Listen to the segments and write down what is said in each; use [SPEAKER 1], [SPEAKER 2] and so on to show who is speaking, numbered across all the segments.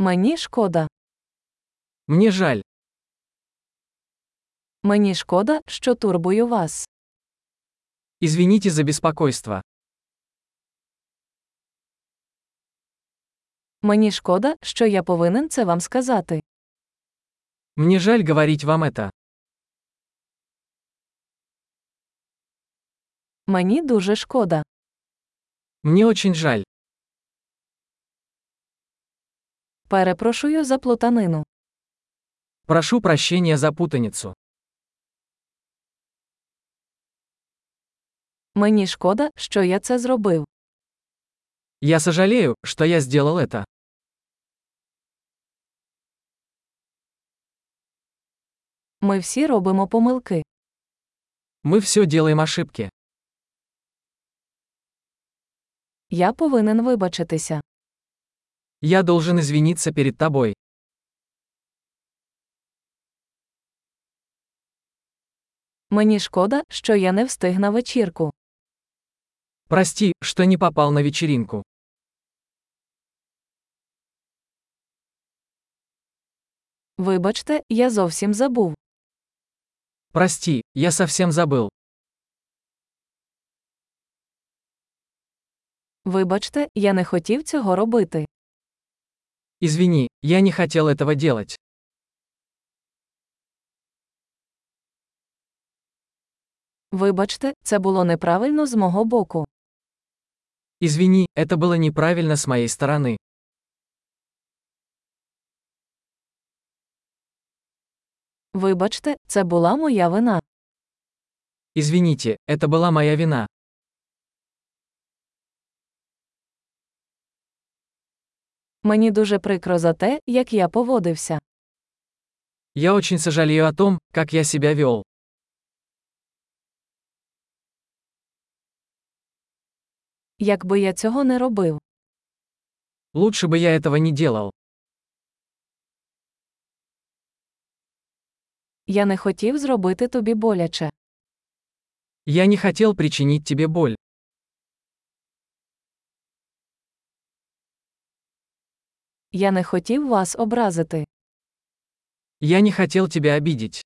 [SPEAKER 1] Мені шкода.
[SPEAKER 2] Мне жаль.
[SPEAKER 1] Мені шкода, що турбую вас.
[SPEAKER 2] Извините за беспокойство.
[SPEAKER 1] Мені шкода, що я повинен це вам сказати.
[SPEAKER 2] Мне жаль говорить вам это.
[SPEAKER 1] Мені дуже шкода.
[SPEAKER 2] Мне очень жаль.
[SPEAKER 1] Перепрошую за плутанину.
[SPEAKER 2] Прошу прощения за путаницу.
[SPEAKER 1] Мені шкода, що я це зробив.
[SPEAKER 2] Я сожалею, что я сделал это.
[SPEAKER 1] Ми всі робимо помилки.
[SPEAKER 2] Мы все делаем ошибки.
[SPEAKER 1] Я повинен вибачитися.
[SPEAKER 2] Я должен извиниться перед тобой.
[SPEAKER 1] Мені шкода, що я не встиг на вечірку.
[SPEAKER 2] Прости, что не попал на вечеринку.
[SPEAKER 1] Вибачте, я зовсім забув.
[SPEAKER 2] Прости, я совсем забыл.
[SPEAKER 1] Вибачте, я не хотів цього робити.
[SPEAKER 2] Извини, я не хотел этого делать.
[SPEAKER 1] Вибачте, це було неправильно з мого боку.
[SPEAKER 2] Извини, это было неправильно с моей стороны.
[SPEAKER 1] Вибачте, це була моя вина.
[SPEAKER 2] Извините, это была моя вина.
[SPEAKER 1] Мені дуже прикро за те, як я поводився.
[SPEAKER 2] Я очень сожалею о том, как я себя вел.
[SPEAKER 1] Якби я цього не робив,
[SPEAKER 2] Лучше бы я этого не делал.
[SPEAKER 1] я не хотів зробити тобі боляче.
[SPEAKER 2] Я не хотел причинить тебе боль.
[SPEAKER 1] Я не хотів вас образити.
[SPEAKER 2] Я не хотел тебя обидеть.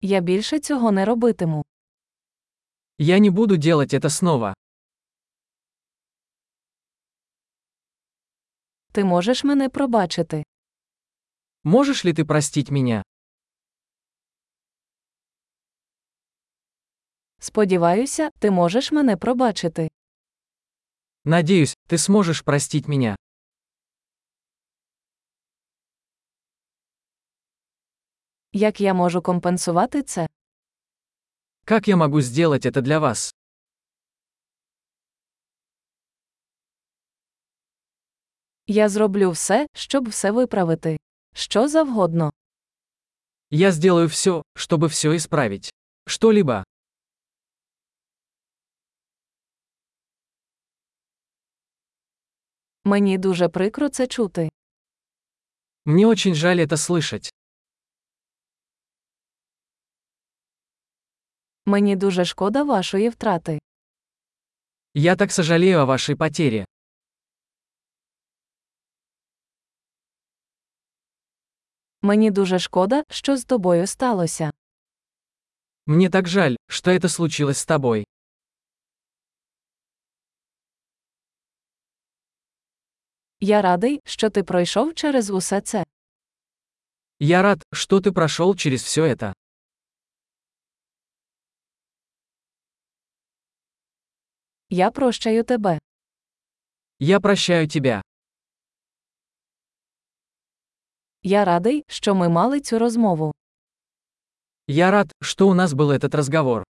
[SPEAKER 1] Я більше цього не робитиму.
[SPEAKER 2] Я не буду делать это снова.
[SPEAKER 1] Ти можеш мене пробачити.
[SPEAKER 2] Можешь ли ты простить меня?
[SPEAKER 1] Сподіваюся, ти можеш мене пробачити.
[SPEAKER 2] Надеюсь, ты сможешь простить меня.
[SPEAKER 1] Як я можу компенсувати це?
[SPEAKER 2] Как я могу сделать это для вас?
[SPEAKER 1] Я зроблю все, щоб все виправити. Що завгодно.
[SPEAKER 2] Я сделаю все, чтобы все исправить. Что-либо.
[SPEAKER 1] Мені дуже прикро це чути.
[SPEAKER 2] Мне очень жаль это слышать.
[SPEAKER 1] Мені дуже шкода вашої втрати.
[SPEAKER 2] Я так сожалею о вашей потере.
[SPEAKER 1] Мені дуже шкода, що з тобою сталося.
[SPEAKER 2] Мне так жаль, что это случилось с тобой.
[SPEAKER 1] Я радий, що ти пройшов через усе це.
[SPEAKER 2] Я рад, что ты прошел через все это.
[SPEAKER 1] Я прощаю тебе.
[SPEAKER 2] Я прощаю тебя.
[SPEAKER 1] Я радий, що ми мали цю розмову.
[SPEAKER 2] Я рад, что у нас был этот разговор.